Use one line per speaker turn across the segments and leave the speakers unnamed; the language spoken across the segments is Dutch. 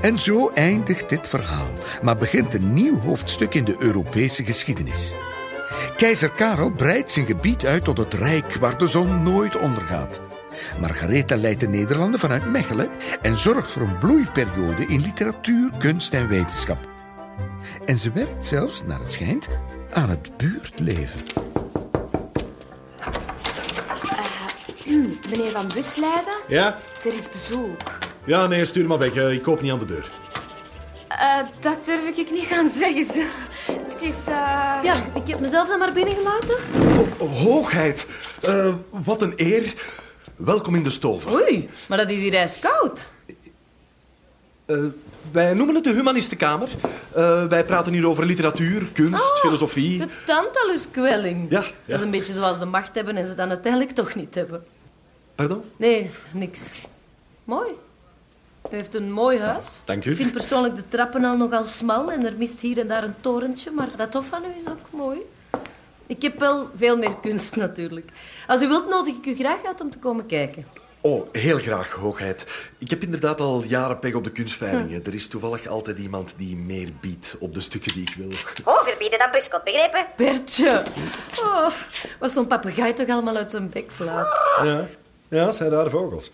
En zo eindigt dit verhaal, maar begint een nieuw hoofdstuk in de Europese geschiedenis. Keizer Karel breidt zijn gebied uit tot het Rijk waar de zon nooit ondergaat. Margaretha leidt de Nederlanden vanuit Mechelen en zorgt voor een bloeiperiode in literatuur, kunst en wetenschap. En ze werkt zelfs, naar het schijnt, aan het buurtleven.
Meneer Van Busleiden,
Ja?
er is bezoek.
Ja, nee, stuur maar weg. Eh, Ik koop niet aan de deur.
Eh, dat durf ik niet gaan zeggen. Ze. Het is... eh,
Ja, ik heb mezelf dan maar binnengelaten.
Oh, hoogheid, eh, wat een eer. Welkom in de stoven.
Oei, maar dat is hier ijskoud.
Eh, wij noemen het de Humanistenkamer. Eh, wij praten hier over literatuur, kunst,
Ah,
filosofie.
De tantaluskwelling.
Ja,
Dat is
ja.
een beetje zoals de macht hebben en ze dan uiteindelijk toch niet hebben.
Pardon?
Nee, niks. Mooi. U heeft een mooi huis.
Dank u.
Ik vind persoonlijk de trappen al nogal smal en er mist hier en daar een torentje, maar dat hof van u is ook mooi. Ik heb wel veel meer kunst natuurlijk. Als u wilt, nodig ik u graag uit om te komen kijken.
Oh, heel graag, hoogheid. Ik heb inderdaad al jaren pech op de kunstveilingen. Er is toevallig altijd iemand die meer biedt op de stukken die ik wil.
Hoger bieden dan buskot, begrepen?
Bertje, oh, wat zo'n papegaai toch allemaal uit zijn bek slaat.
Ja, ja zijn rare vogels.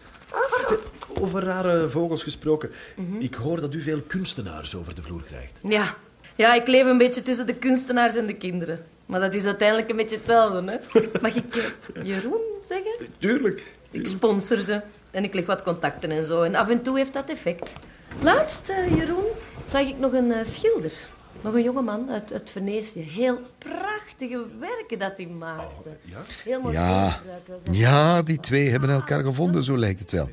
Over rare vogels gesproken. Ik hoor dat u veel kunstenaars over de vloer krijgt.
Ja. ja, ik leef een beetje tussen de kunstenaars en de kinderen. Maar dat is uiteindelijk een beetje hetzelfde, hè? Mag ik eh, Jeroen zeggen?
Tuurlijk.
Ik sponsor ze en ik leg wat contacten en zo. En af en toe heeft dat effect. Laatst, eh, Jeroen, zag ik nog een eh, schilder. Nog een jongeman uit, uit Venetië. Heel prachtige werken dat hij maakte. ja? Heel mooi
Ja,
kleurgebruik. Dat was
ja, die twee hebben elkaar gevonden, zo lijkt het wel.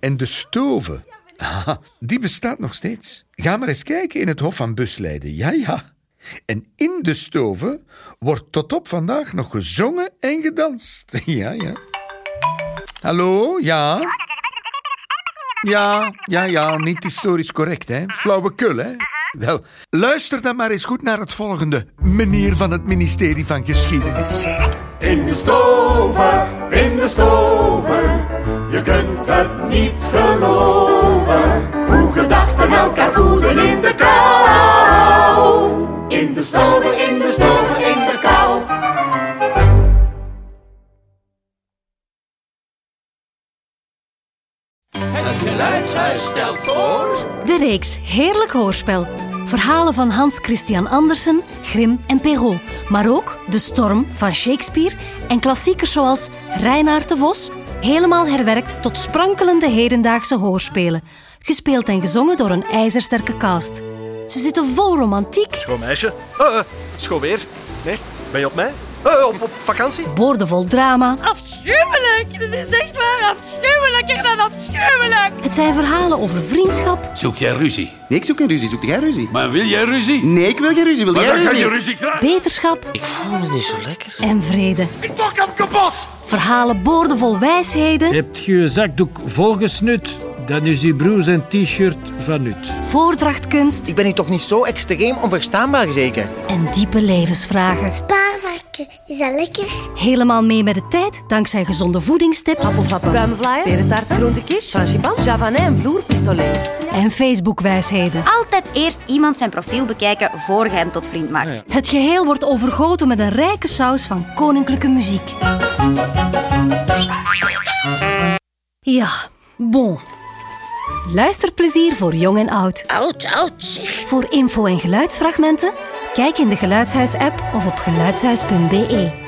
En de stoven, ah, die bestaat nog steeds. Ga maar eens kijken in het Hof van Busleiden, ja, ja. En in de stoven wordt tot op vandaag nog gezongen en gedanst. Ja, ja. Hallo, ja. Ja, ja, ja, niet historisch correct, hè. Flauwekul, hè. Wel, luister dan maar eens goed naar het volgende. Meneer van het ministerie van Geschiedenis.
In de stover, in de stover, je kunt het niet geloven. Hoe gedachten elkaar voeden in de kou. In de stover, in de stover, in de kou.
De reeks Heerlijk Hoorspel. Verhalen van Hans Christian Andersen, Grimm en Perrault. Maar ook De Storm van Shakespeare en klassiekers zoals Reinaard de Vos. Helemaal herwerkt tot sprankelende hedendaagse hoorspelen. Gespeeld en gezongen door een ijzersterke cast. Ze zitten vol romantiek,
Schoon meisje. Eh, eh, schoon weer. Nee, ben je op mij? Eh, op, op vakantie?
boordevol drama.
Afschuwelijk! Dit is echt waar afschuwelijker dan afschuwelijk!
Het zijn verhalen over vriendschap,
Zoek jij ruzie?
Nee, ik zoek geen ruzie. Zoek jij ruzie?
Maar wil jij ruzie?
Nee, ik wil geen ruzie. Wil
Maar
jij
dan
ruzie?
ga je ruzie krijgen.
beterschap
Ik voel me niet zo lekker.
en vrede.
Ik pak hem kapot!
Verhalen boordevol wijsheden.
Hebt je je zakdoek volgesnut? Dan is je broer zijn t-shirt van nut.
voordrachtkunst
Ik ben hier toch niet zo extreem onverstaanbaar, zeker?
en diepe levensvragen.
Spaarvarken, is dat lekker?
Helemaal mee met de tijd dankzij gezonde voedingstips
Ruime vlaaien, perentaarten, groentekies, frangipan, javanais en vloerpistolets.
en Facebookwijsheden.
Altijd eerst iemand zijn profiel bekijken voor je hem tot vriend maakt.
Het geheel wordt overgoten met een rijke saus van koninklijke muziek. Ja, bon. Luisterplezier voor jong en oud.
Oud, oud, zeg.
Voor info en geluidsfragmenten, kijk in de Geluidshuis-app of op geluidshuis.be.